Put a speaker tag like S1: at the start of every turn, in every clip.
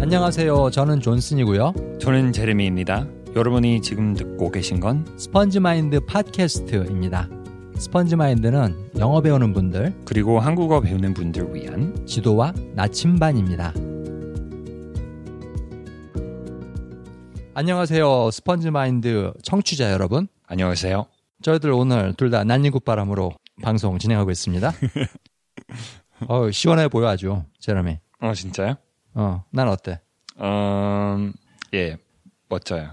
S1: 안녕하세요. 저는 존슨이고요.
S2: 저는 제레미입니다. 여러분이 지금 듣고 계신 건
S1: 스펀지 마인드 팟캐스트입니다. 스펀지 마인드는 영어 배우는 분들,
S2: 그리고 한국어 배우는 분들 위한
S1: 지도와 나침반입니다. 안녕하세요. 스펀지 마인드 청취자 여러분.
S2: 안녕하세요.
S1: 저희들 오늘 둘 다 난리굿 바람으로 방송 진행하고 있습니다. 어 시원해 보여 아주 제라미.
S2: 어 진짜요?
S1: 어, 난 어때?
S2: 음, 예 멋져요.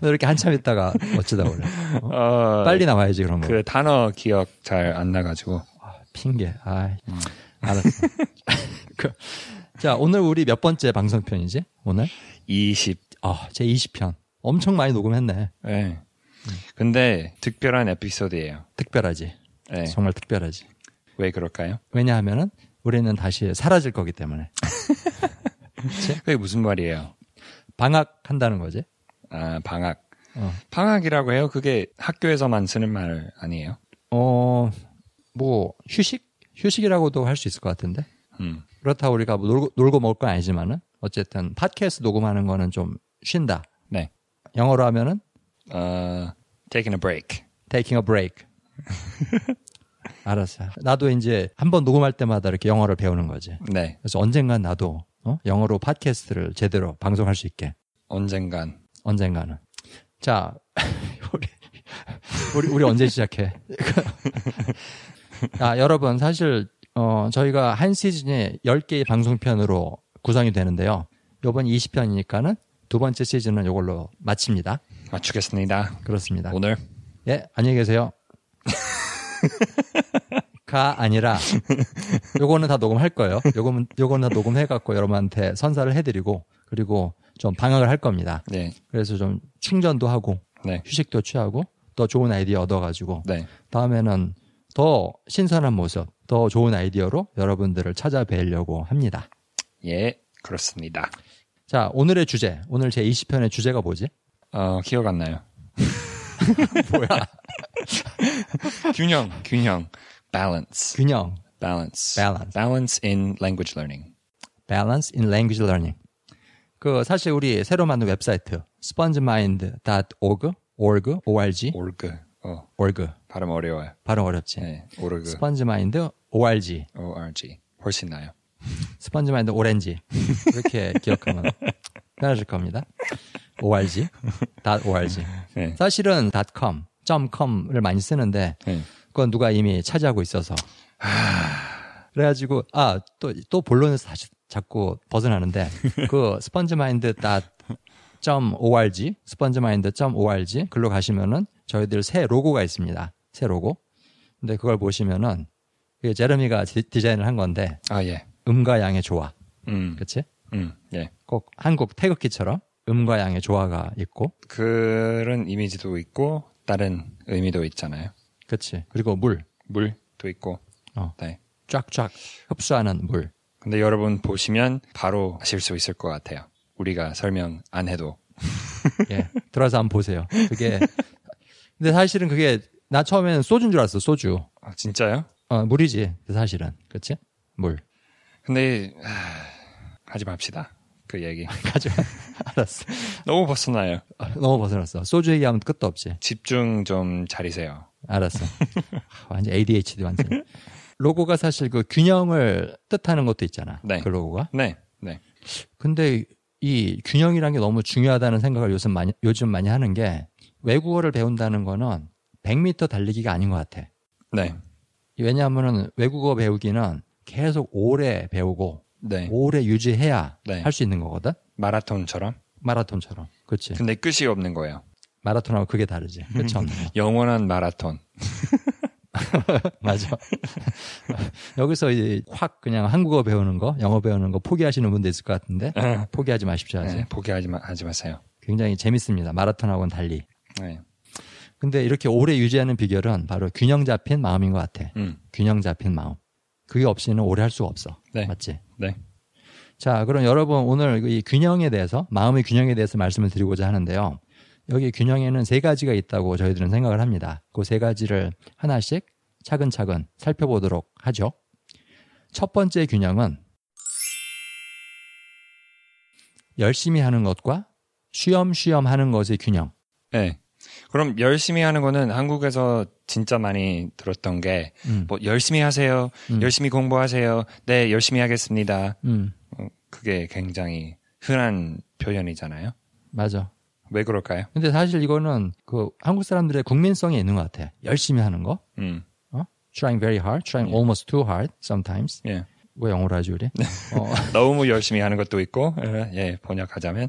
S1: 너 이렇게 한참 있다가 어쩌다 원래
S2: 어,
S1: 빨리 나와야지 그런 거.
S2: 그 단어 기억 잘 안 나가지고
S1: 아, 핑계. 아, 알았어. 그, 자 오늘 우리 몇 번째 방송편이지? 오늘?
S2: 20.
S1: 아, 제 20편. 엄청 많이 녹음했네.
S2: 예. 근데 특별한 에피소드예요.
S1: 특별하지.
S2: 예.
S1: 정말 특별하지.
S2: 왜 그럴까요?
S1: 왜냐하면은 우리는 다시 사라질 거기 때문에
S2: 그게 무슨 말이에요?
S1: 방학한다는 거지.
S2: 아 방학.
S1: 어.
S2: 방학이라고 해요? 그게 학교에서만 쓰는 말 아니에요?
S1: 어, 뭐 휴식? 휴식이라고도 할 수 있을 것 같은데.
S2: 음.
S1: 그렇다 우리가 뭐 놀고, 놀고 먹을 건 아니지만은 어쨌든 팟캐스트 녹음하는 거는 좀 쉰다.
S2: 네.
S1: 영어로 하면은
S2: 어, taking a break.
S1: taking a break. 알았어요. 나도 이제 한 번 녹음할 때마다 이렇게 영어를 배우는 거지.
S2: 네.
S1: 그래서 언젠간 나도 어? 영어로 팟캐스트를 제대로 방송할 수 있게
S2: 언젠간.
S1: 언젠가는. 자, 우리 우리 우리 언제 시작해? 아, 여러분 사실 어, 저희가 한 시즌에 10개의 방송편으로 구성이 되는데요. 요번 20편이니까는 두 번째 시즌은 이걸로 마칩니다.
S2: 맞추겠습니다.
S1: 그렇습니다.
S2: 오늘
S1: 예, 안녕히 계세요. 가 아니라 요거는 다 녹음할 거예요. 요거는 요거는 다 녹음해 갖고 여러분한테 선사를 해 드리고 그리고 좀 방학을 할 겁니다.
S2: 네,
S1: 그래서 좀 충전도 하고
S2: 네,
S1: 휴식도 취하고 더 좋은 아이디어 얻어가지고
S2: 네,
S1: 다음에는 더 신선한 모습, 더 좋은 아이디어로 여러분들을 찾아뵈려고 합니다.
S2: 예, 그렇습니다.
S1: 자, 오늘의 주제, 오늘 제 20편의 주제가 뭐지?
S2: 어, 기억 안 나요. 뭐야? 균형, 균형, balance,
S1: 균형,
S2: balance,
S1: balance,
S2: balance in language learning.
S1: balance in language learning. 그 사실 우리 새로 만든 웹사이트 spongemind.org, org, org,
S2: org, 어,
S1: org.
S2: 발음 어려워요.
S1: 발음 어렵지.
S2: 네, org,
S1: spongemind org.
S2: org, 훨씬 나요.
S1: 스펀지 마인드 오렌지 이렇게 기억하면 편하실 겁니다. org, .org.
S2: 네.
S1: 사실은 .com, .com을 많이 쓰는데
S2: 네.
S1: 그건 누가 이미 차지하고 있어서 그래가지고 아또 또 본론에서 다시 자꾸 벗어나는데 그 스펀지 마인드 .org, 스펀지 마인드 .org 글로 가시면은 저희들 새 로고가 있습니다. 새 로고. 근데 그걸 보시면은 이게 제르미가 디- 디자인을 한 건데
S2: 아, 예,
S1: 음과 양의 조화.
S2: 음,
S1: 그치?
S2: 음, 예.
S1: 꼭 한국 태극기처럼 음과 양의 조화가 있고,
S2: 그런 이미지도 있고 다른 의미도 있잖아요.
S1: 그치? 그리고 물,
S2: 물도 있고,
S1: 어.
S2: 네.
S1: 쫙쫙 흡수하는 물.
S2: 근데 여러분 보시면 바로 아실 수 있을 것 같아요. 우리가 설명 안 해도.
S1: 예, 들어서 한번 보세요. 그게, 근데 사실은 그게, 나 처음에는 소주인 줄 알았어, 소주.
S2: 아, 진짜요?
S1: 어, 물이지, 사실은. 그치? 물.
S2: 근데 하, 하지 맙시다. 그 얘기.
S1: 가져 알았어.
S2: 너무 벗어나요.
S1: 어, 너무 벗어났어. 소주 얘기하면 끝도 없지.
S2: 집중 좀 잘이세요.
S1: 알았어. 하, 완전 ADHD 완전. 로고가 사실 그 균형을 뜻하는 것도 있잖아.
S2: 네.
S1: 그 로고가.
S2: 네, 네,
S1: 근데 이 균형이라는 게 너무 중요하다는 생각을 요즘 많이, 요즘 많이 하는 게 외국어를 배운다는 거는 100m 달리기가 아닌 것 같아.
S2: 네,
S1: 왜냐하면 외국어 배우기는 계속 오래 배우고
S2: 네.
S1: 오래 유지해야
S2: 네.
S1: 할 수 있는 거거든.
S2: 마라톤처럼.
S1: 마라톤처럼. 그렇지.
S2: 근데 끝이 없는 거예요.
S1: 마라톤하고 그게 다르지. 그렇죠.
S2: 영원한 마라톤.
S1: 맞아. 여기서 이제 확 그냥 한국어 배우는 거, 영어 배우는 거 포기하시는 분도 있을 것 같은데 포기하지 마십시오. 아직.
S2: 네, 포기하지 마, 하지 마세요.
S1: 굉장히 재밌습니다. 마라톤하고는 달리.
S2: 네,
S1: 근데 이렇게 오래 유지하는 비결은 바로 균형 잡힌 마음인 것 같아.
S2: 음,
S1: 균형 잡힌 마음. 그게 없이는 오래 할 수가 없어.
S2: 네.
S1: 맞지?
S2: 네,
S1: 자, 그럼 여러분 오늘 이 균형에 대해서, 마음의 균형에 대해서 말씀을 드리고자 하는데요. 여기 균형에는 세 가지가 있다고 저희들은 생각을 합니다. 그 세 가지를 하나씩 차근차근 살펴보도록 하죠. 첫 번째 균형은 열심히 하는 것과 쉬엄쉬엄 하는 것의 균형.
S2: 네. 그럼 열심히 하는 거는 한국에서 진짜 많이 들었던 게 뭐
S1: 음,
S2: 열심히 하세요,
S1: 음.
S2: 열심히 공부하세요, 네 열심히 하겠습니다.
S1: 음,
S2: 어, 그게 굉장히 흔한 표현이잖아요.
S1: 맞아.
S2: 왜 그럴까요?
S1: 근데 사실 이거는 그 한국 사람들의 국민성이 있는 것 같아. 열심히 하는 거.
S2: 음,
S1: 어? Trying very hard, trying
S2: 예.
S1: almost too hard sometimes.
S2: 예.
S1: 왜 영어로 하지
S2: 네.
S1: 우리? 어,
S2: 너무 열심히 하는 것도 있고, 예, 번역하자면,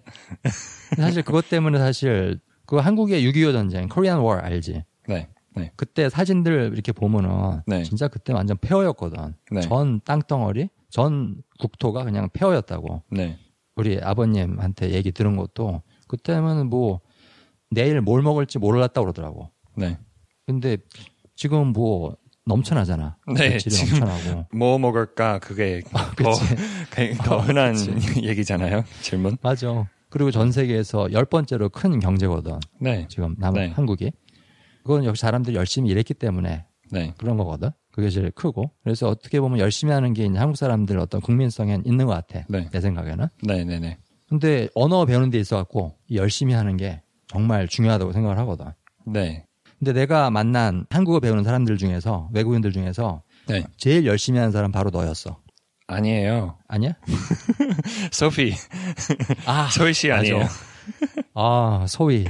S1: 사실 그것 때문에 사실 그 한국의 6.25 전쟁, Korean War 알지?
S2: 네, 네,
S1: 그때 사진들 이렇게 보면은
S2: 네.
S1: 진짜 그때 완전 폐허였거든.
S2: 네.
S1: 전 땅덩어리, 전 국토가 그냥 폐허였다고.
S2: 네,
S1: 우리 아버님한테 얘기 들은 것도 그때는 뭐 내일 뭘 먹을지 몰랐다 그러더라고.
S2: 네.
S1: 근데 지금 뭐 넘쳐나잖아.
S2: 네,
S1: 며칠이
S2: 지금
S1: 넘쳐나고.
S2: 뭐 먹을까 그게 더,
S1: 아, 그치.
S2: 더
S1: 어,
S2: 흔한
S1: 그치.
S2: 얘기잖아요. 질문.
S1: 맞아. 그리고 전 세계에서 열 번째로 큰 경제거든.
S2: 네,
S1: 지금 남
S2: 네.
S1: 한국이. 그건 역시 사람들이 열심히 일했기 때문에
S2: 네,
S1: 그런 거거든. 그게 제일 크고. 그래서 어떻게 보면 열심히 하는 게 이제 한국 사람들 어떤 국민성에 있는 것 같아.
S2: 네.
S1: 내 생각에는.
S2: 네, 네, 네,
S1: 근데 언어 배우는 데 있어 갖고 열심히 하는 게 정말 중요하다고 생각을 하거든.
S2: 네,
S1: 근데 내가 만난 한국어 배우는 사람들 중에서 외국인들 중에서
S2: 네.
S1: 제일 열심히 하는 사람 바로 너였어.
S2: 아니에요.
S1: 아니야?
S2: 소피,
S1: 아,
S2: 소희 씨
S1: 맞아.
S2: 아니에요.
S1: 아, 소희.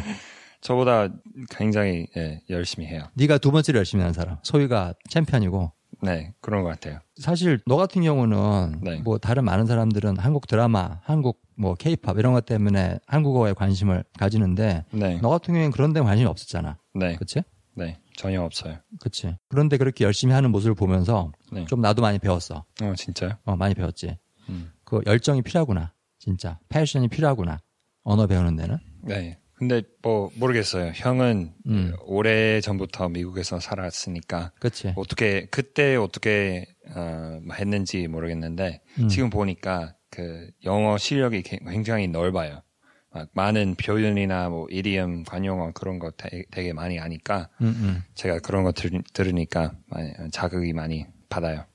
S2: 저보다 굉장히 예, 열심히 해요.
S1: 네가 두 번째로 열심히 하는 사람. 소희가 챔피언이고
S2: 네, 그런 것 같아요.
S1: 사실 너 같은 경우는
S2: 네.
S1: 뭐 다른 많은 사람들은 한국 드라마, 한국 뭐 케이팝 이런 것 때문에 한국어에 관심을 가지는데
S2: 네,
S1: 너 같은 경우엔 그런 데 관심이 없었잖아.
S2: 네,
S1: 그치?
S2: 네, 전혀 없어요.
S1: 그치. 그런데 그렇게 열심히 하는 모습을 보면서
S2: 네.
S1: 좀 나도 많이 배웠어.
S2: 어, 진짜요?
S1: 어, 많이 배웠지.
S2: 음.
S1: 그 열정이 필요하구나. 진짜. 패션이 필요하구나. 언어 배우는 데는.
S2: 네. 근데 뭐 모르겠어요. 형은
S1: 음.
S2: 오래 전부터 미국에서 살았으니까
S1: 그치.
S2: 어떻게 그때 어떻게 어, 했는지 모르겠는데
S1: 음.
S2: 지금 보니까 그 영어 실력이 개- 굉장히 넓어요. 막 많은 표현이나 뭐 이디엄, 관용어 그런 거 되- 되게 많이 아니까
S1: 음, 음.
S2: 제가 그런 거 들, 들으니까 많이, 어, 자극이 많이 받아요.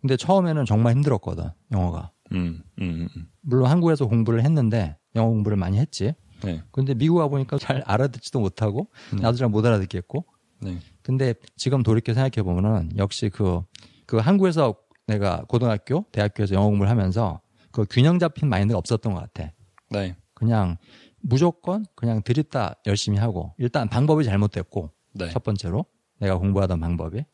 S1: 근데 처음에는 정말 힘들었거든. 영어가.
S2: 음, 음, 음, 음.
S1: 물론 한국에서 공부를 했는데 영어 공부를 많이 했지.
S2: 네,
S1: 근데 미국 와 보니까 잘 알아듣지도 못하고
S2: 음.
S1: 나도 잘 못 알아듣겠고.
S2: 네,
S1: 근데 지금 돌이켜 생각해 보면은 역시 그, 그 한국에서 내가 고등학교, 대학교에서 영어 공부를 하면서 그 균형 잡힌 마인드가 없었던 것 같아.
S2: 네,
S1: 그냥 무조건 그냥 들이다 열심히 하고 일단 방법이 잘못됐고
S2: 네.
S1: 첫 번째로 내가 공부하던 방법이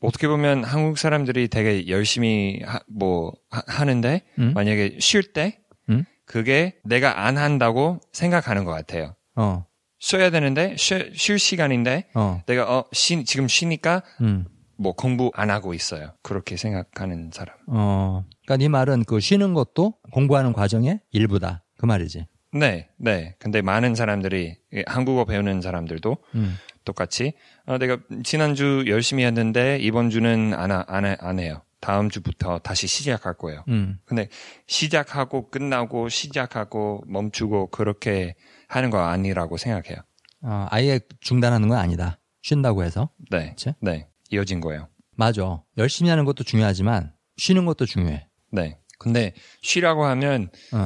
S2: 어떻게 보면 한국 사람들이 되게 열심히 하, 뭐 하, 는데
S1: 음?
S2: 만약에 쉴 때
S1: 음?
S2: 그게 내가 안 한다고 생각하는 것 같아요.
S1: 어,
S2: 쉬어야 되는데 쉬, 쉴 시간인데
S1: 어,
S2: 내가 어 쉬, 지금 쉬니까
S1: 음,
S2: 뭐 공부 안 하고 있어요. 그렇게 생각하는 사람.
S1: 어. 그러니까 네 말은 그 쉬는 것도 공부하는 과정의 일부다 그 말이지.
S2: 네, 네. 근데 많은 사람들이 예, 한국어 배우는 사람들도
S1: 음,
S2: 똑같이 어, 내가 지난주 열심히 했는데 이번 주는 안, 하- 안, 해- 안 해요. 다음 주부터 다시 시작할 거예요.
S1: 음,
S2: 근데 시작하고 끝나고 시작하고 멈추고 그렇게 하는 거 아니라고 생각해요.
S1: 어, 아예 중단하는 건 아니다. 쉰다고 해서
S2: 네.
S1: 그치?
S2: 네. 이어진 거예요.
S1: 맞아. 열심히 하는 것도 중요하지만 쉬는 것도 중요해.
S2: 네. 근데 쉬라고 하면
S1: 어.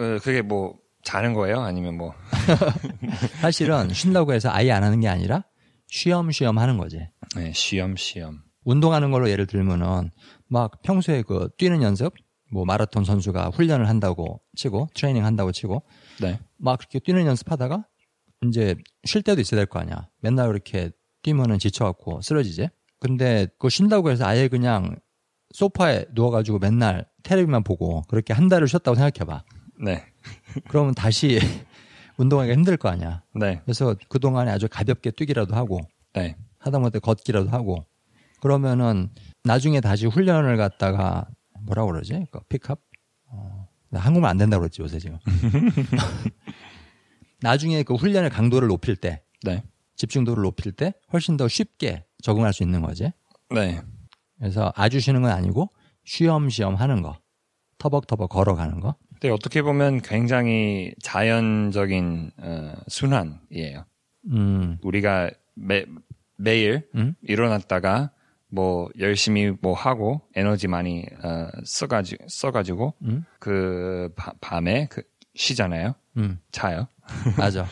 S2: 어, 그게 뭐 자는 거예요? 아니면 뭐
S1: 사실은 쉰다고 해서 아예 안 하는 게 아니라 쉬엄쉬엄 하는 거지.
S2: 네, 시험 시험.
S1: 운동하는 걸로 예를 들면은 막 평소에 그 뛰는 연습 뭐 마라톤 선수가 훈련을 한다고 치고 트레이닝 한다고 치고
S2: 네.
S1: 막 그렇게 뛰는 연습하다가 이제 쉴 때도 있어야 될 거 아니야. 맨날 이렇게 뛰면은 지쳐갖고 쓰러지지. 근데 그 쉰다고 해서 아예 그냥 소파에 누워가지고 맨날 테레비만 보고 그렇게 한 달을 쉬었다고 생각해봐.
S2: 네.
S1: 그러면 다시 운동하기가 힘들 거 아니야.
S2: 네.
S1: 그래서 그동안에 아주 가볍게 뛰기라도 하고
S2: 네.
S1: 하다못해 걷기라도 하고 그러면은 나중에 다시 훈련을 갔다가 뭐라 고 그러지? 그 픽업? 어, 나 한국말 안 된다고 그랬지 요새 지금. 나중에 그 훈련의 강도를 높일 때
S2: 네.
S1: 집중도를 높일 때 훨씬 더 쉽게 적응할 수 있는 거지.
S2: 네.
S1: 그래서 아주 쉬는 건 아니고 쉬엄쉬엄 하는 거, 터벅터벅 걸어가는 거.
S2: 근데 어떻게 보면 굉장히 자연적인 어, 순환이에요.
S1: 음,
S2: 우리가 매, 매일
S1: 음?
S2: 일어났다가 뭐 열심히 뭐 하고 에너지 많이 어, 써가지고 써가지고
S1: 음?
S2: 그 바- 밤에 그 쉬잖아요.
S1: 음,
S2: 자요.
S1: 맞아.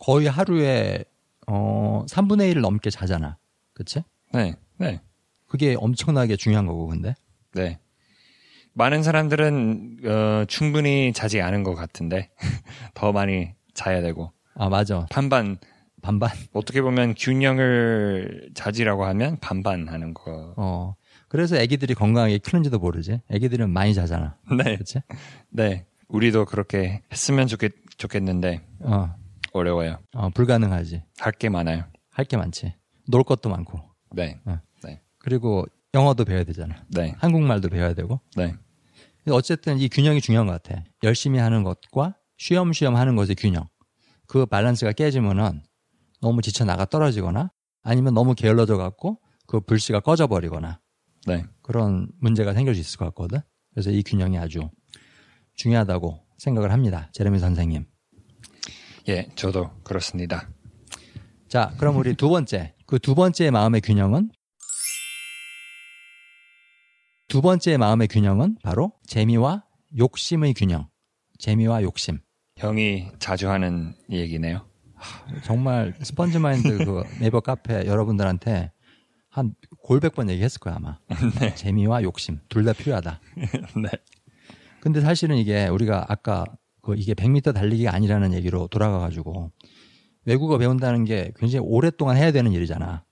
S1: 거의 하루에 어 3분의 1 넘게 자잖아. 그치?
S2: 네, 네,
S1: 그게 엄청나게 중요한 거고 근데
S2: 네. 많은 사람들은 어, 충분히 자지 않은 것 같은데 더 많이 자야 되고
S1: 아 맞아
S2: 반반
S1: 반반
S2: 어떻게 보면 균형을 자지라고 하면 반반 하는 거.
S1: 어 그래서 애기들이 건강하게 크는지도 모르지 애기들은 많이 자잖아
S2: 네,
S1: 그치?
S2: 네. 우리도 그렇게 했으면 좋겠 좋겠는데
S1: 어,
S2: 어려워요.
S1: 어 불가능하지
S2: 할 게 많아요.
S1: 할 게 많지 놀 것도 많고
S2: 네,
S1: 그리고 영어도 배워야 되잖아
S2: 네,
S1: 한국말도 배워야 되고
S2: 네,
S1: 근데 그러니까 어쨌든 이 균형이 중요한 것 같아 열심히 하는 것과 쉬엄쉬엄 하는 것의 균형 그 밸런스가 깨지면은 너무 지쳐 나가 떨어지거나 아니면 너무 게을러져 갖고 그 불씨가 꺼져버리거나
S2: 네.
S1: 그런 문제가 생길 수 있을 것 같거든. 그래서 이 균형이 아주 중요하다고 생각을 합니다. 제레미 선생님.
S2: 예, 저도 그렇습니다.
S1: 자, 그럼 우리 두 번째. 그 두 번째 마음의 균형은 두 번째 마음의 균형은 바로 재미와 욕심의 균형. 재미와 욕심.
S2: 형이 자주 하는 얘기네요.
S1: 정말 스펀지 마인드 그 네이버 카페 여러분들한테 한 골백 번 얘기했을 거야, 아마. 재미와 욕심. 둘 다 필요하다.
S2: 네.
S1: 근데 사실은 이게 우리가 아까 그 이게 100m 달리기가 아니라는 얘기로 돌아가 가지고 외국어 배운다는 게 굉장히 오랫동안 해야 되는 일이잖아.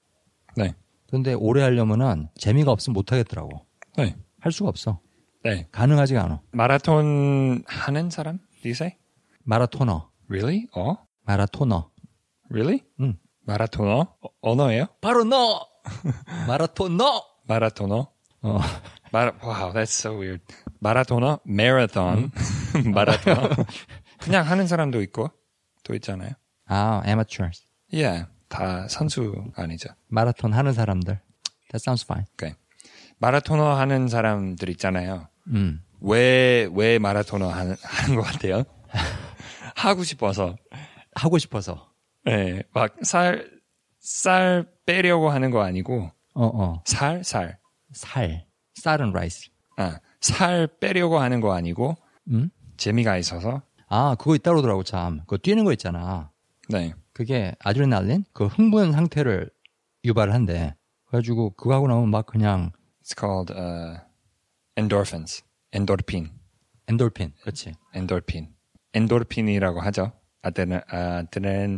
S2: 네.
S1: 근데 오래 하려면은 재미가 없으면 못 하겠더라고.
S2: 네.
S1: 할 수가 없어.
S2: 네.
S1: 가능하지가 않아.
S2: 마라톤 하는 사람? Do you say?
S1: 마라토너.
S2: Really? 어?
S1: 마라토너.
S2: Really?
S1: 응.
S2: 마라토너? 어, 언어예요?
S1: 바로 너. 마라토너.
S2: 마라토너?
S1: 어.
S2: 마라, wow, that's so weird. 마라토너? Marathon. 마라토너? 그냥 하는 사람도 있고, 또 있잖아요.
S1: 아, amateur.
S2: Yeah. 다 선수 아니죠.
S1: 마라톤 하는 사람들. That sounds fine.
S2: Okay. 마라토너 하는 사람들 있잖아요.
S1: 음.
S2: 왜, 왜 마라토너 하는, 하는 것 같아요? 하고 싶어서.
S1: 하고 싶어서.
S2: 네, 막 살, 살 빼려고 하는 거 아니고,
S1: 어, 어.
S2: 살, 살.
S1: 살. 쌀은 라이스.
S2: 아, 살 빼려고 하는 거 아니고,
S1: 음?
S2: 재미가 있어서,
S1: 아, 그거 있다 그러더라고, 참. 그거 뛰는 거 있잖아.
S2: 네,
S1: 그게 아드레날린 그 흥분 상태를 유발을 한대. 그래가지고 그거 하고 나면 막 그냥
S2: it's called, uh, endorphins. 엔도르핀.
S1: 엔돌핀, 그렇지?
S2: 엔도르핀. 엔도르핀이라고 하죠. 아드레, 아드레,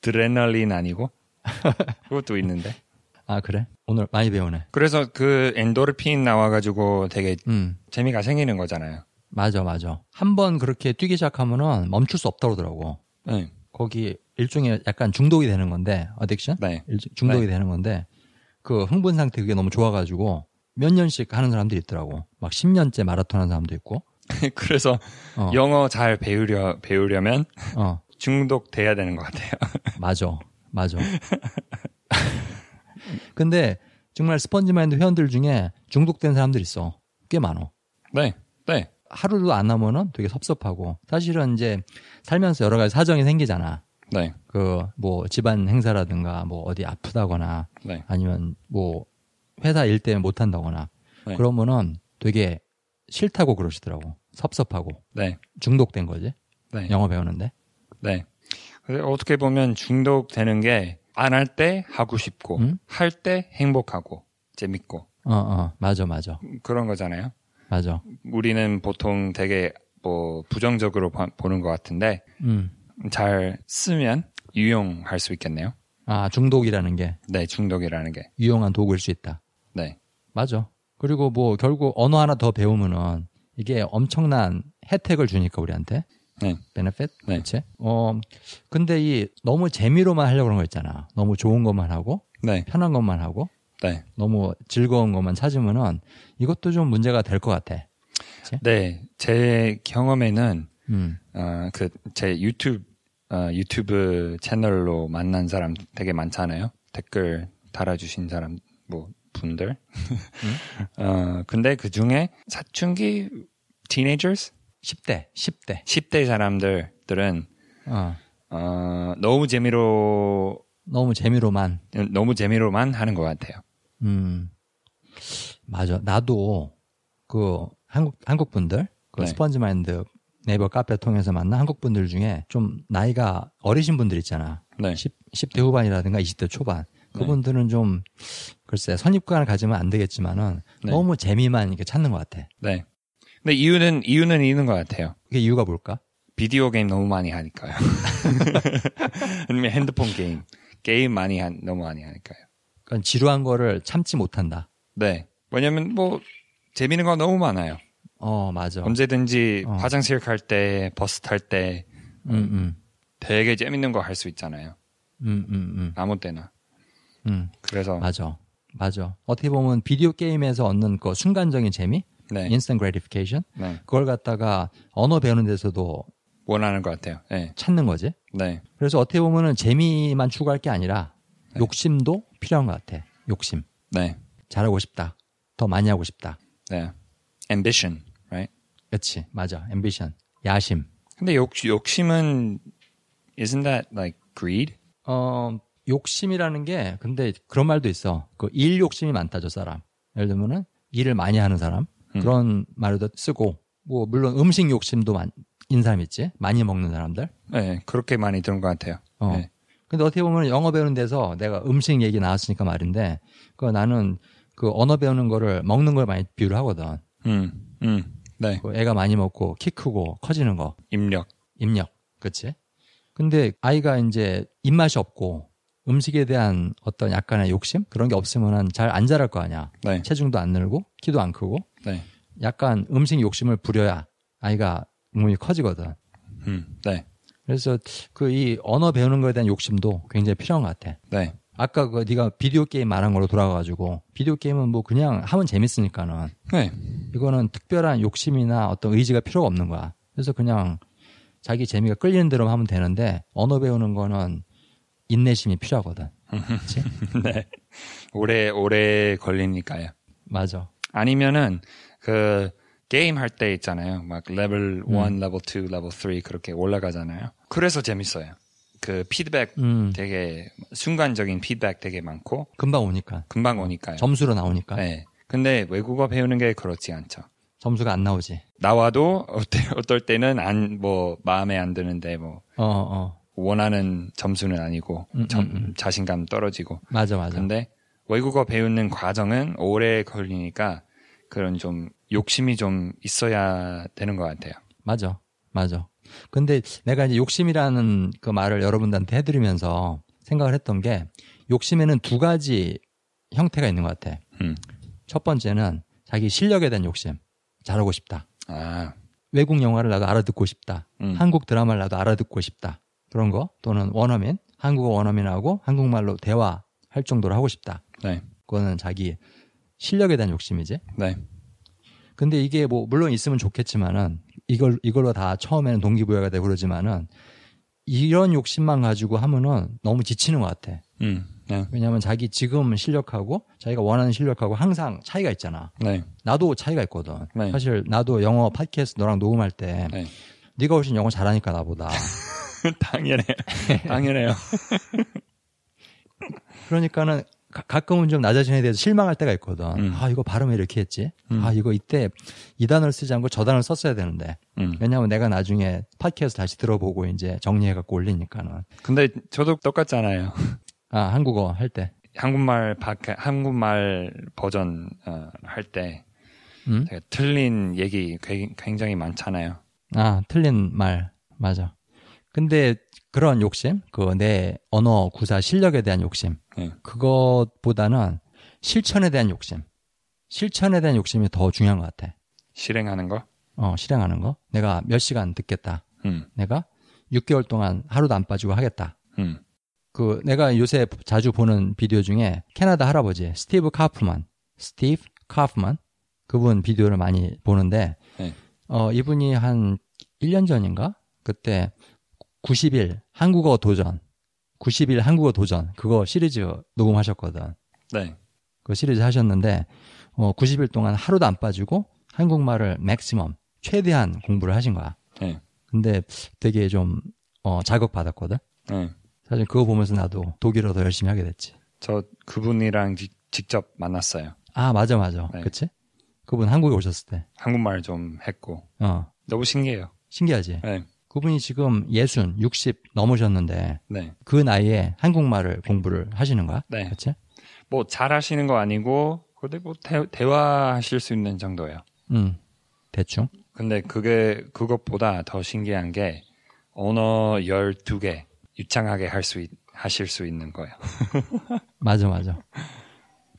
S2: 드레날린 아니고, 그것도 있는데.
S1: 아 그래? 오늘 많이 배우네.
S2: 그래서 그 엔도르핀 나와가지고 되게
S1: 음,
S2: 재미가 생기는 거잖아요.
S1: 맞아, 맞아. 한 번 그렇게 뛰기 시작하면은 멈출 수 없다 그러더라고.
S2: 네,
S1: 거기 일종의 약간 중독이 되는 건데, 어딕션?
S2: 네,
S1: 일종- 중독이 되는 건데 그 흥분 상태 그게 너무 좋아가지고 몇 년씩 하는 사람들이 있더라고. 막 10년째 마라톤 하는 사람도 있고.
S2: 그래서
S1: 어,
S2: 영어 잘 배우려 배우려면
S1: 어,
S2: 중독돼야 되는 것 같아요.
S1: 맞아, 맞아. 근데 정말 스펀지마인드 회원들 중에 중독된 사람들 있어. 꽤 많어.
S2: 네, 네,
S1: 하루도 안 하면은 되게 섭섭하고 사실은 이제 살면서 여러 가지 사정이 생기잖아.
S2: 네,
S1: 그 뭐 집안 행사라든가 뭐 어디 아프다거나
S2: 네,
S1: 아니면 뭐 회사 일 때문에 못 한다거나
S2: 네.
S1: 그러면은 되게 싫다고 그러시더라고. 섭섭하고
S2: 네,
S1: 중독된 거지.
S2: 네,
S1: 영어 배우는데.
S2: 네. 그래서 어떻게 보면 중독되는 게 안 할 때 하고 싶고
S1: 음?
S2: 할 때 행복하고 재밌고
S1: 어, 어. 맞아, 맞아.
S2: 그런 거잖아요.
S1: 맞아.
S2: 우리는 보통 되게 뭐 부정적으로 봐- 보는 것 같은데
S1: 음.
S2: 잘 쓰면 유용할 수 있겠네요.
S1: 아, 중독이라는 게
S2: 네, 중독이라는 게.
S1: 유용한 도구일 수 있다.
S2: 네,
S1: 맞아. 그리고 뭐 결국 언어 하나 더 배우면은 이게 엄청난 혜택을 주니까 우리한테
S2: 네,
S1: 베네핏
S2: 네.
S1: 그치? 어 근데 이 너무 재미로만 하려고 그런 거 있잖아. 너무 좋은 것만 하고
S2: 네,
S1: 편한 것만 하고
S2: 네,
S1: 너무 즐거운 것만 찾으면은 이것도 좀 문제가 될 것 같아.
S2: 네. 제 경험에는
S1: 음.
S2: 어, 그제 유튜브 어, 유튜브 채널로 만난 사람 되게 많잖아요. 댓글 달아주신 사람 뭐 분들. 어, 근데 그 중에 사춘기 teenagers
S1: 10대, 10대.
S2: 10대 사람들들은
S1: 어.
S2: 어, 너무 재미로
S1: 너무 재미로만.
S2: 너무 재미로만 하는 것 같아요.
S1: 음. 맞아. 나도 그 한국 한국 분들 그
S2: 네.
S1: 스펀지 마인드 네이버 카페 통해서 만난 한국 분들 중에 좀 나이가 어리신 분들 있잖아.
S2: 네.
S1: 10, 대 후반이라든가 20대 초반.
S2: 네.
S1: 그분들은 좀 글쎄 선입관을 가지면 안 되겠지만은
S2: 네.
S1: 너무 재미만 이렇게 찾는 것 같아.
S2: 네. 근데 이유는 이유는 있는 것 같아요.
S1: 그게 이유가 뭘까?
S2: 비디오 게임 너무 많이 하니까요. 아니면 핸드폰 게임, 게임 많이 한 너무 많이 하니까요.
S1: 그러니까 지루한 거를 참지 못한다.
S2: 네. 왜냐면 뭐 재밌는 거 너무 많아요.
S1: 어 맞아.
S2: 음, 언제든지
S1: 어.
S2: 화장실 갈 때, 버스 탈 때
S1: 음, 음.
S2: 되게 재밌는 거 할 수 있잖아요.
S1: 음, 음,
S2: 아무 때나.
S1: 음, 음.
S2: 그래서
S1: 맞아. 맞아. 어떻게 보면 비디오 게임에서 얻는 그 순간적인 재미,
S2: 네,
S1: instant gratification,
S2: 네.
S1: 그걸 갖다가 언어 배우는 데서도
S2: 원하는 것 같아요. 네,
S1: 찾는 거지.
S2: 네,
S1: 그래서 어떻게 보면은 재미만 추구할 게 아니라
S2: 네.
S1: 욕심도 필요한 것 같아. 욕심.
S2: 네,
S1: 잘하고 싶다. 더 많이 하고 싶다.
S2: 네. ambition, right?
S1: 그렇지. 맞아. ambition. 야심.
S2: 근데 욕 욕심은 isn't that like greed?
S1: 어, 욕심이라는 게 근데 그런 말도 있어. 그 일 욕심이 많다 저 사람. 예를 들면은 일을 많이 하는 사람
S2: 음.
S1: 그런 말도 쓰고 뭐 물론 음식 욕심도 많, 인 사람 있지. 많이 먹는 사람들.
S2: 네, 그렇게 많이 들은 것 같아요.
S1: 어.
S2: 네.
S1: 근데 어떻게 보면 영어 배우는 데서 내가 음식 얘기 나왔으니까 말인데 그 나는 그 언어 배우는 거를 먹는 걸 많이 비유를 하거든.
S2: 음, 음, 네.
S1: 그 애가 많이 먹고 키 크고 커지는 거
S2: 입력.
S1: 입력 그치 근데 아이가 이제 입맛이 없고 음식에 대한 어떤 약간의 욕심 그런 게 없으면 잘 안 자랄 거 아니야
S2: 네,
S1: 체중도 안 늘고 키도 안 크고
S2: 네,
S1: 약간 음식 욕심을 부려야 아이가 몸이 커지거든
S2: 음, 네,
S1: 그래서 그 이 언어 배우는 거에 대한 욕심도 굉장히 필요한 것 같아
S2: 네,
S1: 아까 그 네가 비디오 게임 말한 걸로 돌아가가지고 비디오 게임은 뭐 그냥 하면 재밌으니까는
S2: 네,
S1: 이거는 특별한 욕심이나 어떤 의지가 필요가 없는 거야. 그래서 그냥 자기 재미가 끌리는 대로 하면 되는데 언어 배우는 거는 인내심이 필요하거든. 그치?
S2: 네. 오래 오래 걸리니까요.
S1: 맞아.
S2: 아니면은 그 게임 할 때 있잖아요. 막 레벨
S1: 음.
S2: 1, 레벨 2, 레벨 3 그렇게 올라가잖아요. 그래서 재밌어요. 그 피드백
S1: 음,
S2: 되게 순간적인 피드백 되게 많고
S1: 금방 오니까
S2: 금방 오니까요.
S1: 점수로 나오니까
S2: 네. 근데 외국어 배우는 게 그렇지 않죠.
S1: 점수가 안 나오지.
S2: 나와도 어때, 어떨 때는 안 뭐 마음에 안 드는데 뭐
S1: 어, 어,
S2: 원하는 점수는 아니고
S1: 음,
S2: 점-
S1: 음, 음.
S2: 자신감 떨어지고
S1: 맞아, 맞아.
S2: 근데 외국어 배우는 과정은 오래 걸리니까 그런 좀 욕심이 좀 있어야 되는 것 같아요.
S1: 맞아, 맞아. 근데 내가 이제 욕심이라는 그 말을 여러분들한테 해드리면서 생각을 했던 게 욕심에는 두 가지 형태가 있는 것 같아.
S2: 음.
S1: 첫 번째는 자기 실력에 대한 욕심. 잘하고 싶다.
S2: 아,
S1: 외국 영화를 나도 알아듣고 싶다.
S2: 음.
S1: 한국 드라마를 나도 알아듣고 싶다. 그런 거 또는 원어민, 한국어 원어민하고 한국말로 대화할 정도로 하고 싶다.
S2: 네,
S1: 그거는 자기 실력에 대한 욕심이지.
S2: 네,
S1: 근데 이게 뭐 물론 있으면 좋겠지만은 이걸 이걸로 다 처음에는 동기부여가 되고 그러지만은 이런 욕심만 가지고 하면은 너무 지치는 것 같아.
S2: 음, 네,
S1: 왜냐하면 자기 지금 실력하고 자기가 원하는 실력하고 항상 차이가 있잖아.
S2: 네,
S1: 나도 차이가 있거든.
S2: 네.
S1: 사실 나도 영어 팟캐스트 너랑 녹음할 때
S2: 네.
S1: 네가 훨씬 영어 잘하니까 나보다.
S2: 당연해요. 당연해요.
S1: 그러니까는 가, 끔은좀 나 자신에 대해서 실망할 때가 있거든.
S2: 음.
S1: 아 이거 발음 왜 이렇게 했지?
S2: 음.
S1: 아 이거 이때 이 단어를 쓰지 않고 저 단어를 썼어야 되는데.
S2: 음.
S1: 왜냐하면 내가 나중에 팟캐스트 다시 들어보고 이제 정리해 갖고 올리니까는
S2: 근데 저도 똑같잖아요.
S1: 아 한국어 할 때.
S2: 한국말 박 한국말 버전 어, 할때
S1: 음?
S2: 되게 틀린 얘기 굉- 굉장히 많잖아요.
S1: 아 틀린 말 맞아. 근데 그런 욕심, 그 내 언어 구사 실력에 대한 욕심,
S2: 네.
S1: 그것보다는 실천에 대한 욕심, 실천에 대한 욕심이 더 중요한 것 같아.
S2: 실행하는 거.
S1: 어 실행하는 거. 내가 몇 시간 듣겠다.
S2: 음,
S1: 내가 6개월 동안 하루도 안 빠지고 하겠다.
S2: 음,
S1: 그 내가 요새 자주 보는 비디오 중에 캐나다 할아버지 스티브 카프만, 스티브 카프만 그분 비디오를 많이 보는데
S2: 네.
S1: 어 이분이 한 1년 전인가 그때 90일 한국어 도전, 90일 한국어 도전 그거 시리즈 녹음하셨거든.
S2: 네,
S1: 그 시리즈 하셨는데 어 90일 동안 하루도 안 빠지고 한국말을 맥시멈 최대한 공부를 하신 거야.
S2: 네,
S1: 근데 되게 좀 어, 자극받았거든.
S2: 네.
S1: 사실 그거 보면서 나도 독일어 더 열심히 하게 됐지.
S2: 저 그분이랑 직- 직접 만났어요.
S1: 아 맞아 맞아.
S2: 네.
S1: 그치? 그분 한국에 오셨을 때.
S2: 한국말 좀 했고
S1: 어.
S2: 너무 신기해요.
S1: 신기하지?
S2: 네.
S1: 그분이 지금 예순, 60 넘으셨는데
S2: 네.
S1: 그 나이에 한국말을 공부를 하시는 거야?
S2: 네.
S1: 그치?
S2: 뭐 잘하시는 거 아니고 근데 뭐 대, 대화하실 수 있는 정도예요.
S1: 음, 대충.
S2: 근데 그게 그것보다 더 신기한 게 언어 12개 유창하게 할 수 하실 수 있는 거예요.
S1: 맞아, 맞아.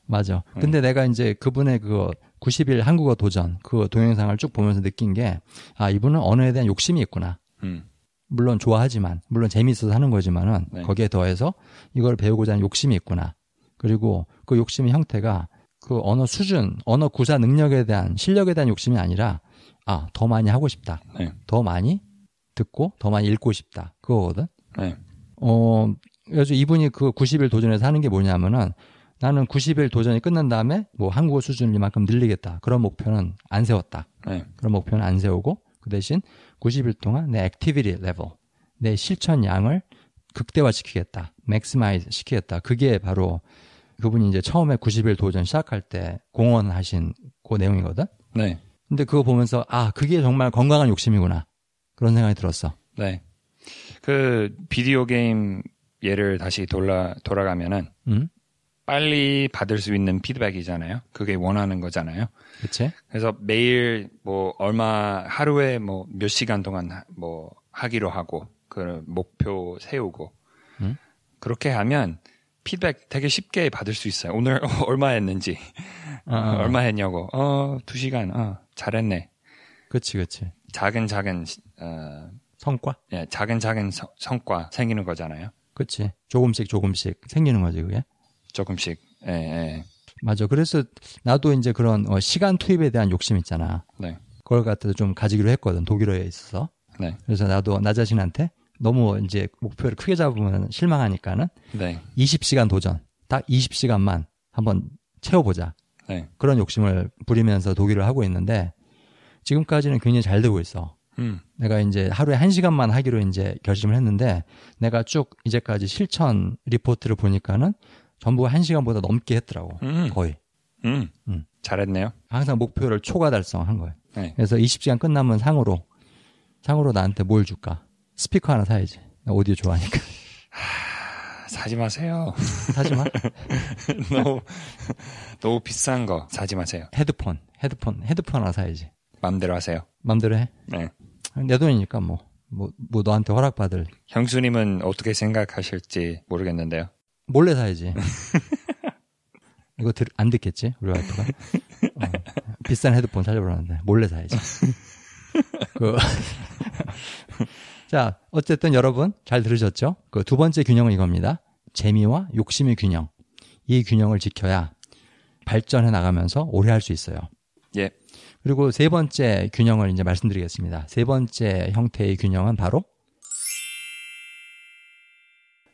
S1: 맞아. 근데 내가 이제 그분의 그 90일 한국어 도전 그 동영상을 쭉 보면서 느낀 게, 아, 이분은 언어에 대한 욕심이 있구나.
S2: 음.
S1: 물론 좋아하지만, 물론 재미있어서 하는 거지만은,
S2: 네.
S1: 거기에 더해서 이걸 배우고자 하는 욕심이 있구나. 그리고 그 욕심의 형태가 그 언어 수준, 언어 구사 능력에 대한, 실력에 대한 욕심이 아니라, 아, 더 많이 하고 싶다.
S2: 네.
S1: 더 많이 듣고, 더 많이 읽고 싶다. 그거거든.
S2: 네.
S1: 어, 그래서 이분이 그 90일 도전에서 하는 게 뭐냐면은 나는 90일 도전이 끝난 다음에 뭐 한국어 수준을 이만큼 늘리겠다. 그런 목표는 안 세웠다.
S2: 네.
S1: 그런 목표는 안 세우고 그 대신 90일 동안 내 액티비티 레벨, 내 실천 양을 극대화시키겠다. 맥스마이즈 시키겠다. 그게 바로 그분이 이제 처음에 90일 도전 시작할 때 공언하신 그 내용이거든.
S2: 네.
S1: 근데 그거 보면서 아, 그게 정말 건강한 욕심이구나. 그런 생각이 들었어.
S2: 네. 그 비디오 게임 예를 다시 돌아 돌아가면은
S1: 응?
S2: 빨리 받을 수 있는 피드백이잖아요. 그게 원하는 거잖아요.
S1: 그치?
S2: 그래서 매일 뭐 얼마 하루에 뭐 몇 시간 동안 하- 뭐 하기로 하고 그 목표 세우고
S1: 음.
S2: 그렇게 하면 피드백 되게 쉽게 받을 수 있어요. 오늘 얼마 했는지
S1: 어, 어.
S2: 얼마 했냐고 어두 시간 어 잘했네
S1: 그치, 그치.
S2: 작은 작은 시- 어
S1: 성과?
S2: 예, 작은 작은 성- 성과 생기는 거잖아요.
S1: 그치. 조금씩 조금씩 생기는 거지, 그게.
S2: 조금씩 예, 예.
S1: 맞아. 그래서 나도 이제 그런 어, 시간 투입에 대한 욕심 있잖아.
S2: 네
S1: 그걸 갖다 좀 가지기로 했거든, 독일어에 있어서.
S2: 네
S1: 그래서 나도 나 자신한테 너무 이제 목표를 크게 잡으면 실망하니까는
S2: 네,
S1: 20시간 도전. 딱 20시간만 한번 채워보자.
S2: 네.
S1: 그런 욕심을 부리면서 독일을 하고 있는데 지금까지는 굉장히 잘 되고 있어.
S2: 음,
S1: 내가 이제 하루에 한 시간만 하기로 이제 결심을 했는데 내가 쭉 이제까지 실천 리포트를 보니까는 전부 한 시간보다 넘게 했더라고
S2: 음,
S1: 거의
S2: 음,
S1: 음.
S2: 잘했네요.
S1: 항상 목표를 초과 달성한 거예요.
S2: 네.
S1: 그래서 20시간 끝나면 상으로 상으로 나한테 뭘 줄까? 스피커 하나 사야지. 나 오디오 좋아하니까
S2: 사지 마세요.
S1: 사지 마.
S2: 너무 너무 비싼 거 사지 마세요.
S1: 헤드폰, 헤드폰, 헤드폰 하나 사야지.
S2: 마음대로 하세요.
S1: 맘대로 해.
S2: 네.
S1: 내 돈이니까 뭐 뭐 뭐 너한테 허락받을
S2: 형수님은 어떻게 생각하실지 모르겠는데요.
S1: 몰래 사야지. 이거 들, 안 듣겠지? 우리 와이프가. 어, 비싼 헤드폰 사려고러는데 몰래 사야지. 그, 자, 어쨌든 여러분 잘 들으셨죠? 그 두 번째 균형은 이겁니다. 재미와 욕심의 균형. 이 균형을 지켜야 발전해 나가면서 오래 할 수 있어요.
S2: 예.
S1: 그리고 세 번째 균형을 이제 말씀드리겠습니다. 세 번째 형태의 균형은 바로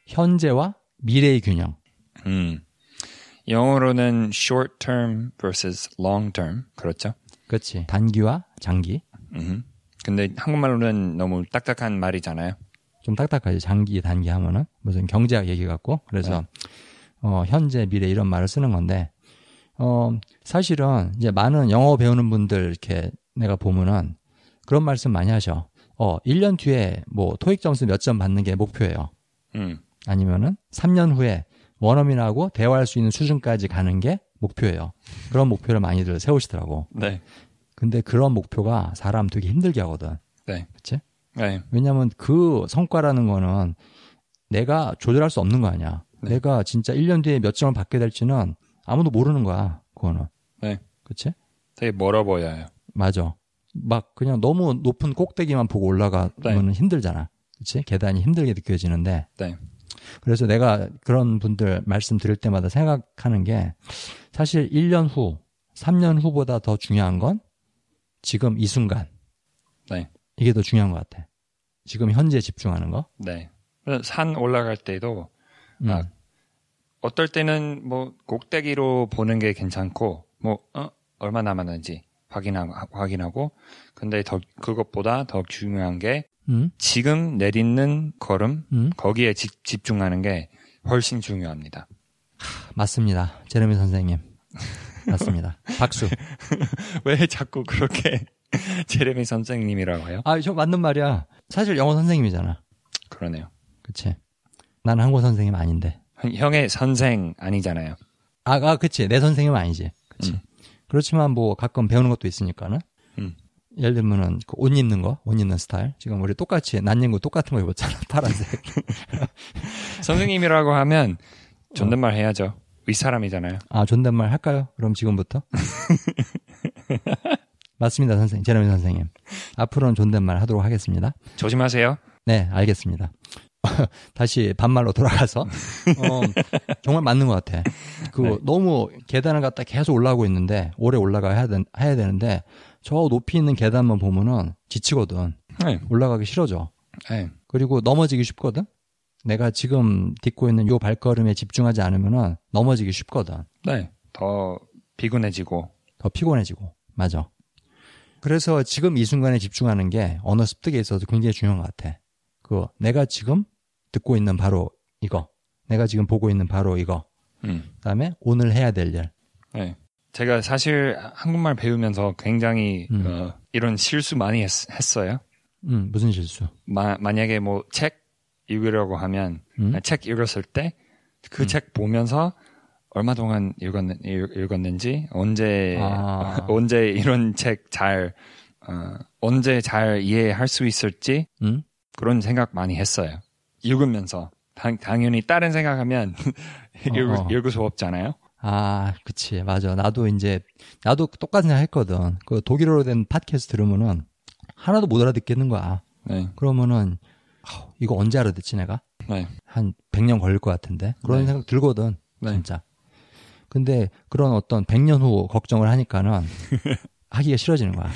S1: 현재와 미래의 균형.
S2: 음. 영어로는 short term versus long term 그렇죠?
S1: 그렇지. 단기와 장기.
S2: 음. 근데 한국말로는 너무 딱딱한 말이잖아요.
S1: 좀 딱딱하지. 장기, 단기 하면은 무슨 경제학 얘기 같고. 그래서 어, 현재, 미래 이런 말을 쓰는 건데 어, 사실은 이제 많은 영어 배우는 분들 이렇게 내가 보면은 그런 말씀 많이 하셔. 어, 1년 뒤에 뭐 토익 점수 몇 점 받는 게 목표예요.
S2: 음.
S1: 아니면은 3년 후에 원어민하고 대화할 수 있는 수준까지 가는 게 목표예요. 그런 목표를 많이들 세우시더라고.
S2: 네.
S1: 근데 그런 목표가 사람 되게 힘들게 하거든.
S2: 네.
S1: 그치?
S2: 네.
S1: 왜냐하면 그 성과라는 거는 내가 조절할 수 없는 거 아니야.
S2: 네.
S1: 내가 진짜 1년 뒤에 몇 점을 받게 될지는 아무도 모르는 거야. 그거는.
S2: 네.
S1: 그치?
S2: 되게 멀어 보여요.
S1: 맞아. 막 그냥 너무 높은 꼭대기만 보고 올라가면
S2: 네.
S1: 힘들잖아. 그치? 계단이 힘들게 느껴지는데.
S2: 네.
S1: 그래서 내가 그런 분들 말씀 드릴 때마다 생각하는 게 사실 1년 후, 3년 후보다 더 중요한 건 지금 이 순간.
S2: 네.
S1: 이게 더 중요한 것 같아. 지금 현재 집중하는 거.
S2: 네. 산 올라갈 때도
S1: 음.
S2: 아, 어떨 때는 뭐 꼭대기로 보는 게 괜찮고 뭐 어, 얼마 남았는지 확인하고 확인하고 근데 더 그것보다 더 중요한 게
S1: 음?
S2: 지금 내딛는 걸음
S1: 음?
S2: 거기에 집, 집중하는 게 훨씬 중요합니다.
S1: 맞습니다. 제레미 선생님. 맞습니다. 박수.
S2: 왜 자꾸 그렇게 제레미 선생님이라고 해요?
S1: 아, 저 맞는 말이야. 사실 영어 선생님이잖아.
S2: 그러네요.
S1: 그치? 난 한국 선생님 아닌데.
S2: 형의 선생 아니잖아요.
S1: 아, 아 그치. 내 선생님은 아니지. 그치.
S2: 음.
S1: 그렇지만 뭐 가끔 배우는 것도 있으니까는.
S2: 음.
S1: 예를 들면은 그옷 입는 거, 옷 입는 스타일. 지금 우리 똑같이 난닝구 똑같은 거 입었잖아. 파란색.
S2: 선생님이라고 하면 존댓말 해야죠. 윗사람이잖아요.
S1: 아, 존댓말 할까요? 그럼 지금부터? 맞습니다, 선생님. 제레미 선생님. 앞으로는 존댓말 하도록 하겠습니다.
S2: 조심하세요.
S1: 네, 알겠습니다. 다시 반말로 돌아가서 어, 정말 맞는 것 같아. 그
S2: 네.
S1: 너무 계단을 갖다 계속 올라가고 있는데 오래 올라가야 된- 해야 되는데 저 높이 있는 계단만 보면은 지치거든.
S2: 네.
S1: 올라가기 싫어져.
S2: 네.
S1: 그리고 넘어지기 쉽거든. 내가 지금 딛고 있는 요 발걸음에 집중하지 않으면은 넘어지기 쉽거든.
S2: 네. 더 피곤해지고.
S1: 더 피곤해지고. 맞아. 그래서 지금 이 순간에 집중하는 게 언어 습득에 있어서 굉장히 중요한 것 같아. 그 내가 지금 듣고 있는 바로 이거. 내가 지금 보고 있는 바로 이거.
S2: 음.
S1: 그다음에 오늘 해야 될 일.
S2: 네. 제가 사실 한국말 배우면서 굉장히
S1: 음.
S2: 어, 이런 실수 많이 했, 어요
S1: 음, 무슨 실수?
S2: 만약에 뭐 책 읽으려고 하면
S1: 음?
S2: 아, 책 읽었을 때 그 책 보면서 얼마 동안 읽었는, 지 언제
S1: 아.
S2: 언제 이런 책 잘 어, 언제 잘 이해할 수 있을지
S1: 음?
S2: 그런 생각 많이 했어요. 읽으면서 당, 당연히 다른 생각하면 읽을,
S1: 어, 어.
S2: 읽을 수 없잖아요.
S1: 아, 그치. 맞아. 나도 이제, 나도 똑같은 생각 했거든. 그 독일어로 된 팟캐스트 들으면은 하나도 못 알아듣겠는 거야.
S2: 네,
S1: 그러면은, 아우, 이거 언제 알아듣지 내가?
S2: 네,
S1: 한 100년 걸릴 것 같은데. 그런
S2: 네.
S1: 생각 들거든.
S2: 네.
S1: 진짜. 근데 그런 어떤 100년 후 걱정을 하니까는 하기가 싫어지는 거야.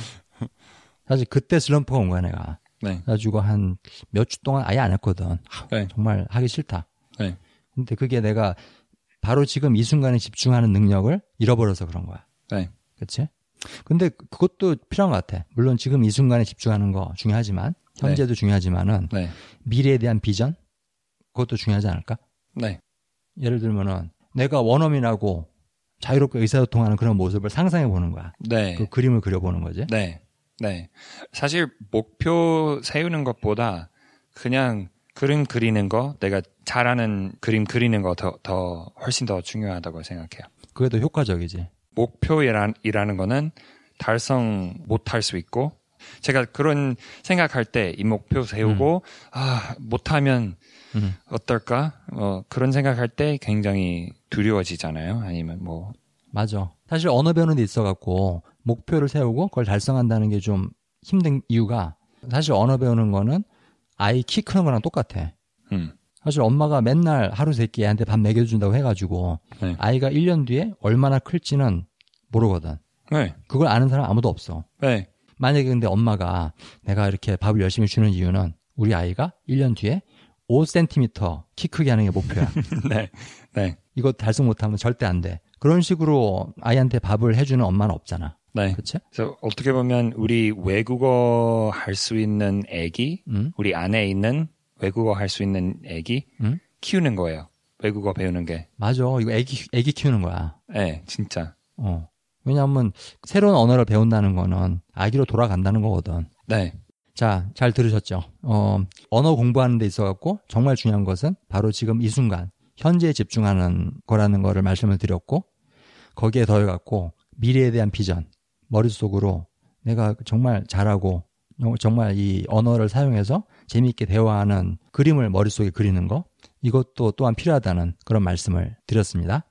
S1: 사실 그때 슬럼프가 온 거야, 내가.
S2: 네.
S1: 그래가지고 한 몇 주 동안 아예 안 했거든. 하,
S2: 네.
S1: 정말 하기 싫다.
S2: 네.
S1: 근데 그게 내가 바로 지금 이 순간에 집중하는 능력을 잃어버려서 그런 거야.
S2: 네.
S1: 그치? 근데 그것도 필요한 것 같아. 물론 지금 이 순간에 집중하는 거 중요하지만, 현재도 중요하지만은
S2: 네,
S1: 미래에 대한 비전? 그것도 중요하지 않을까?
S2: 네,
S1: 예를 들면은 내가 원어민하고 자유롭게 의사소통하는 그런 모습을 상상해 보는 거야.
S2: 네,
S1: 그 그림을 그려보는 거지.
S2: 네, 네. 사실 목표 세우는 것보다 그냥 그림 그리는 거, 내가 잘하는 그림 그리는 거 더 더 훨씬 더 중요하다고 생각해요.
S1: 그게 더 효과적이지.
S2: 목표이라는 거는 달성 못 할 수 있고 제가 그런 생각할 때 이 목표 세우고 아 못하면
S1: 음.
S2: 어떨까 뭐 그런 생각할 때 굉장히 두려워지잖아요 아니면 뭐
S1: 맞아. 사실 언어 배우는 데 있어 갖고 목표를 세우고 그걸 달성한다는 게 좀 힘든 이유가 사실 언어 배우는 거는 아이 키 크는 거랑 똑같아.
S2: 음,
S1: 사실 엄마가 맨날 하루 세끼 애한테 밥 먹여준다고 해가지고
S2: 네.
S1: 아이가 1년 뒤에 얼마나 클지는 모르거든.
S2: 네,
S1: 그걸 아는 사람 아무도 없어.
S2: 네,
S1: 만약에 근데 엄마가 내가 이렇게 밥을 열심히 주는 이유는 우리 아이가 1년 뒤에 5cm 키 크게 하는 게 목표야.
S2: 네, 네,
S1: 이거 달성 못하면 절대 안 돼. 그런 식으로 아이한테 밥을 해주는 엄마는 없잖아.
S2: 네.
S1: 그치?
S2: 그래서 어떻게 보면 우리 외국어 할 수 있는 애기
S1: 응?
S2: 우리 안에 있는 외국어 할 수 있는 애기
S1: 응?
S2: 키우는 거예요 외국어 배우는 게
S1: 맞아. 이거 애기, 애기 키우는 거야.
S2: 네, 진짜
S1: 어. 왜냐하면 새로운 언어를 배운다는 거는 아기로 돌아간다는 거거든.
S2: 네
S1: 자, 잘 들으셨죠? 어, 언어 공부하는 데 있어갖고 정말 중요한 것은 바로 지금 이 순간, 현재에 집중하는 거라는 거를 말씀을 드렸고, 거기에 더해갖고 미래에 대한 비전, 머릿속으로 내가 정말 잘하고, 어, 정말 이 언어를 사용해서 재미있게 대화하는 그림을 머릿속에 그리는 거, 이것도 또한 필요하다는 그런 말씀을 드렸습니다.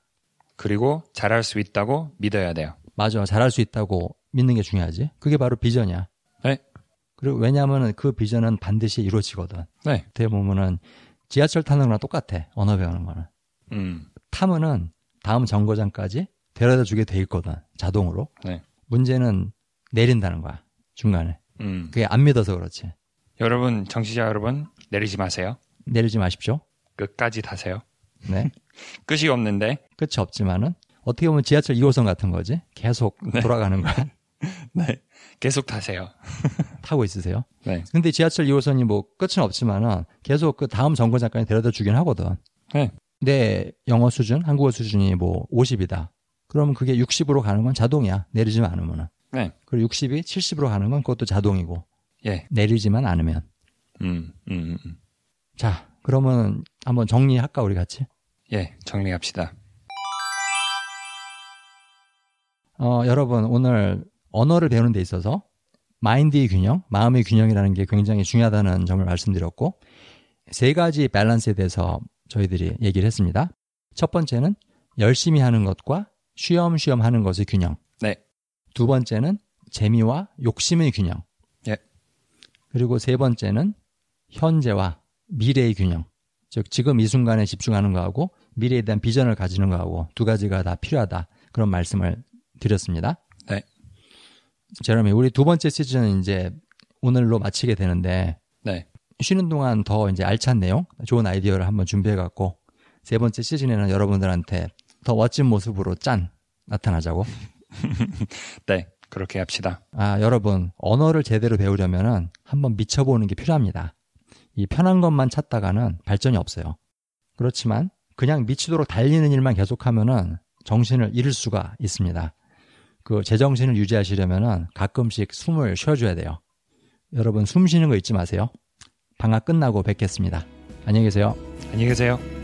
S2: 그리고 잘할 수 있다고 믿어야 돼요.
S1: 맞아. 잘할 수 있다고 믿는 게 중요하지. 그게 바로 비전이야.
S2: 네.
S1: 그리고 왜냐하면 그 비전은 반드시 이루어지거든.
S2: 네.
S1: 어떻게 보면은 지하철 타는 거랑 똑같아. 언어 배우는 거는.
S2: 음.
S1: 타면은 다음 정거장까지 데려다 주게 돼 있거든. 자동으로.
S2: 네.
S1: 문제는 내린다는 거야. 중간에.
S2: 음.
S1: 그게 안 믿어서 그렇지.
S2: 여러분, 정치자 여러분, 내리지 마세요.
S1: 내리지 마십시오.
S2: 끝까지 타세요.
S1: 네.
S2: 끝이 없는데.
S1: 끝이 없지만은 어떻게 보면 지하철 2호선 같은 거지. 계속 돌아가는 거야.
S2: 네. 계속 타세요.
S1: 타고 있으세요.
S2: 네.
S1: 근데 지하철 2호선이 뭐 끝은 없지만은 계속 그 다음 정거장까지 데려다 주긴 하거든.
S2: 네.
S1: 내 영어 수준, 한국어 수준이 뭐 50이다. 그러면 그게 60으로 가는 건 자동이야. 내리지만 않으면은.
S2: 네.
S1: 그리고 60이 70으로 가는 건 그것도 자동이고
S2: 예.
S1: 내리지만 않으면.
S2: 음, 음, 음.
S1: 자, 그러면 한번 정리할까 우리 같이?
S2: 예. 정리합시다.
S1: 어, 여러분 오늘 언어를 배우는 데 있어서 마인드의 균형, 마음의 균형이라는 게 굉장히 중요하다는 점을 말씀드렸고 세 가지 밸런스에 대해서 저희들이 얘기를 했습니다. 첫 번째는 열심히 하는 것과 쉬엄쉬엄 하는 것의 균형.
S2: 네.
S1: 두 번째는 재미와 욕심의 균형.
S2: 예.
S1: 그리고 세 번째는 현재와 미래의 균형. 즉 지금 이 순간에 집중하는 거하고 미래에 대한 비전을 가지는 거하고 두 가지가 다 필요하다. 그런 말씀을 드렸습니다.
S2: 네.
S1: 제롬이 우리 두 번째 시즌 이제 오늘로 마치게 되는데
S2: 네.
S1: 쉬는 동안 더 이제 알찬 내용, 좋은 아이디어를 한번 준비해 갖고 세 번째 시즌에는 여러분들한테 더 멋진 모습으로 짠 나타나자고.
S2: 네. 그렇게 합시다.
S1: 아, 여러분, 언어를 제대로 배우려면은 한번 미쳐보는 게 필요합니다. 이 편한 것만 찾다가는 발전이 없어요. 그렇지만 그냥 미치도록 달리는 일만 계속하면은 정신을 잃을 수가 있습니다. 그 제정신을 유지하시려면은 가끔씩 숨을 쉬어줘야 돼요. 여러분, 숨 쉬는 거 잊지 마세요. 방학 끝나고 뵙겠습니다. 안녕히 계세요.
S2: 안녕히 계세요.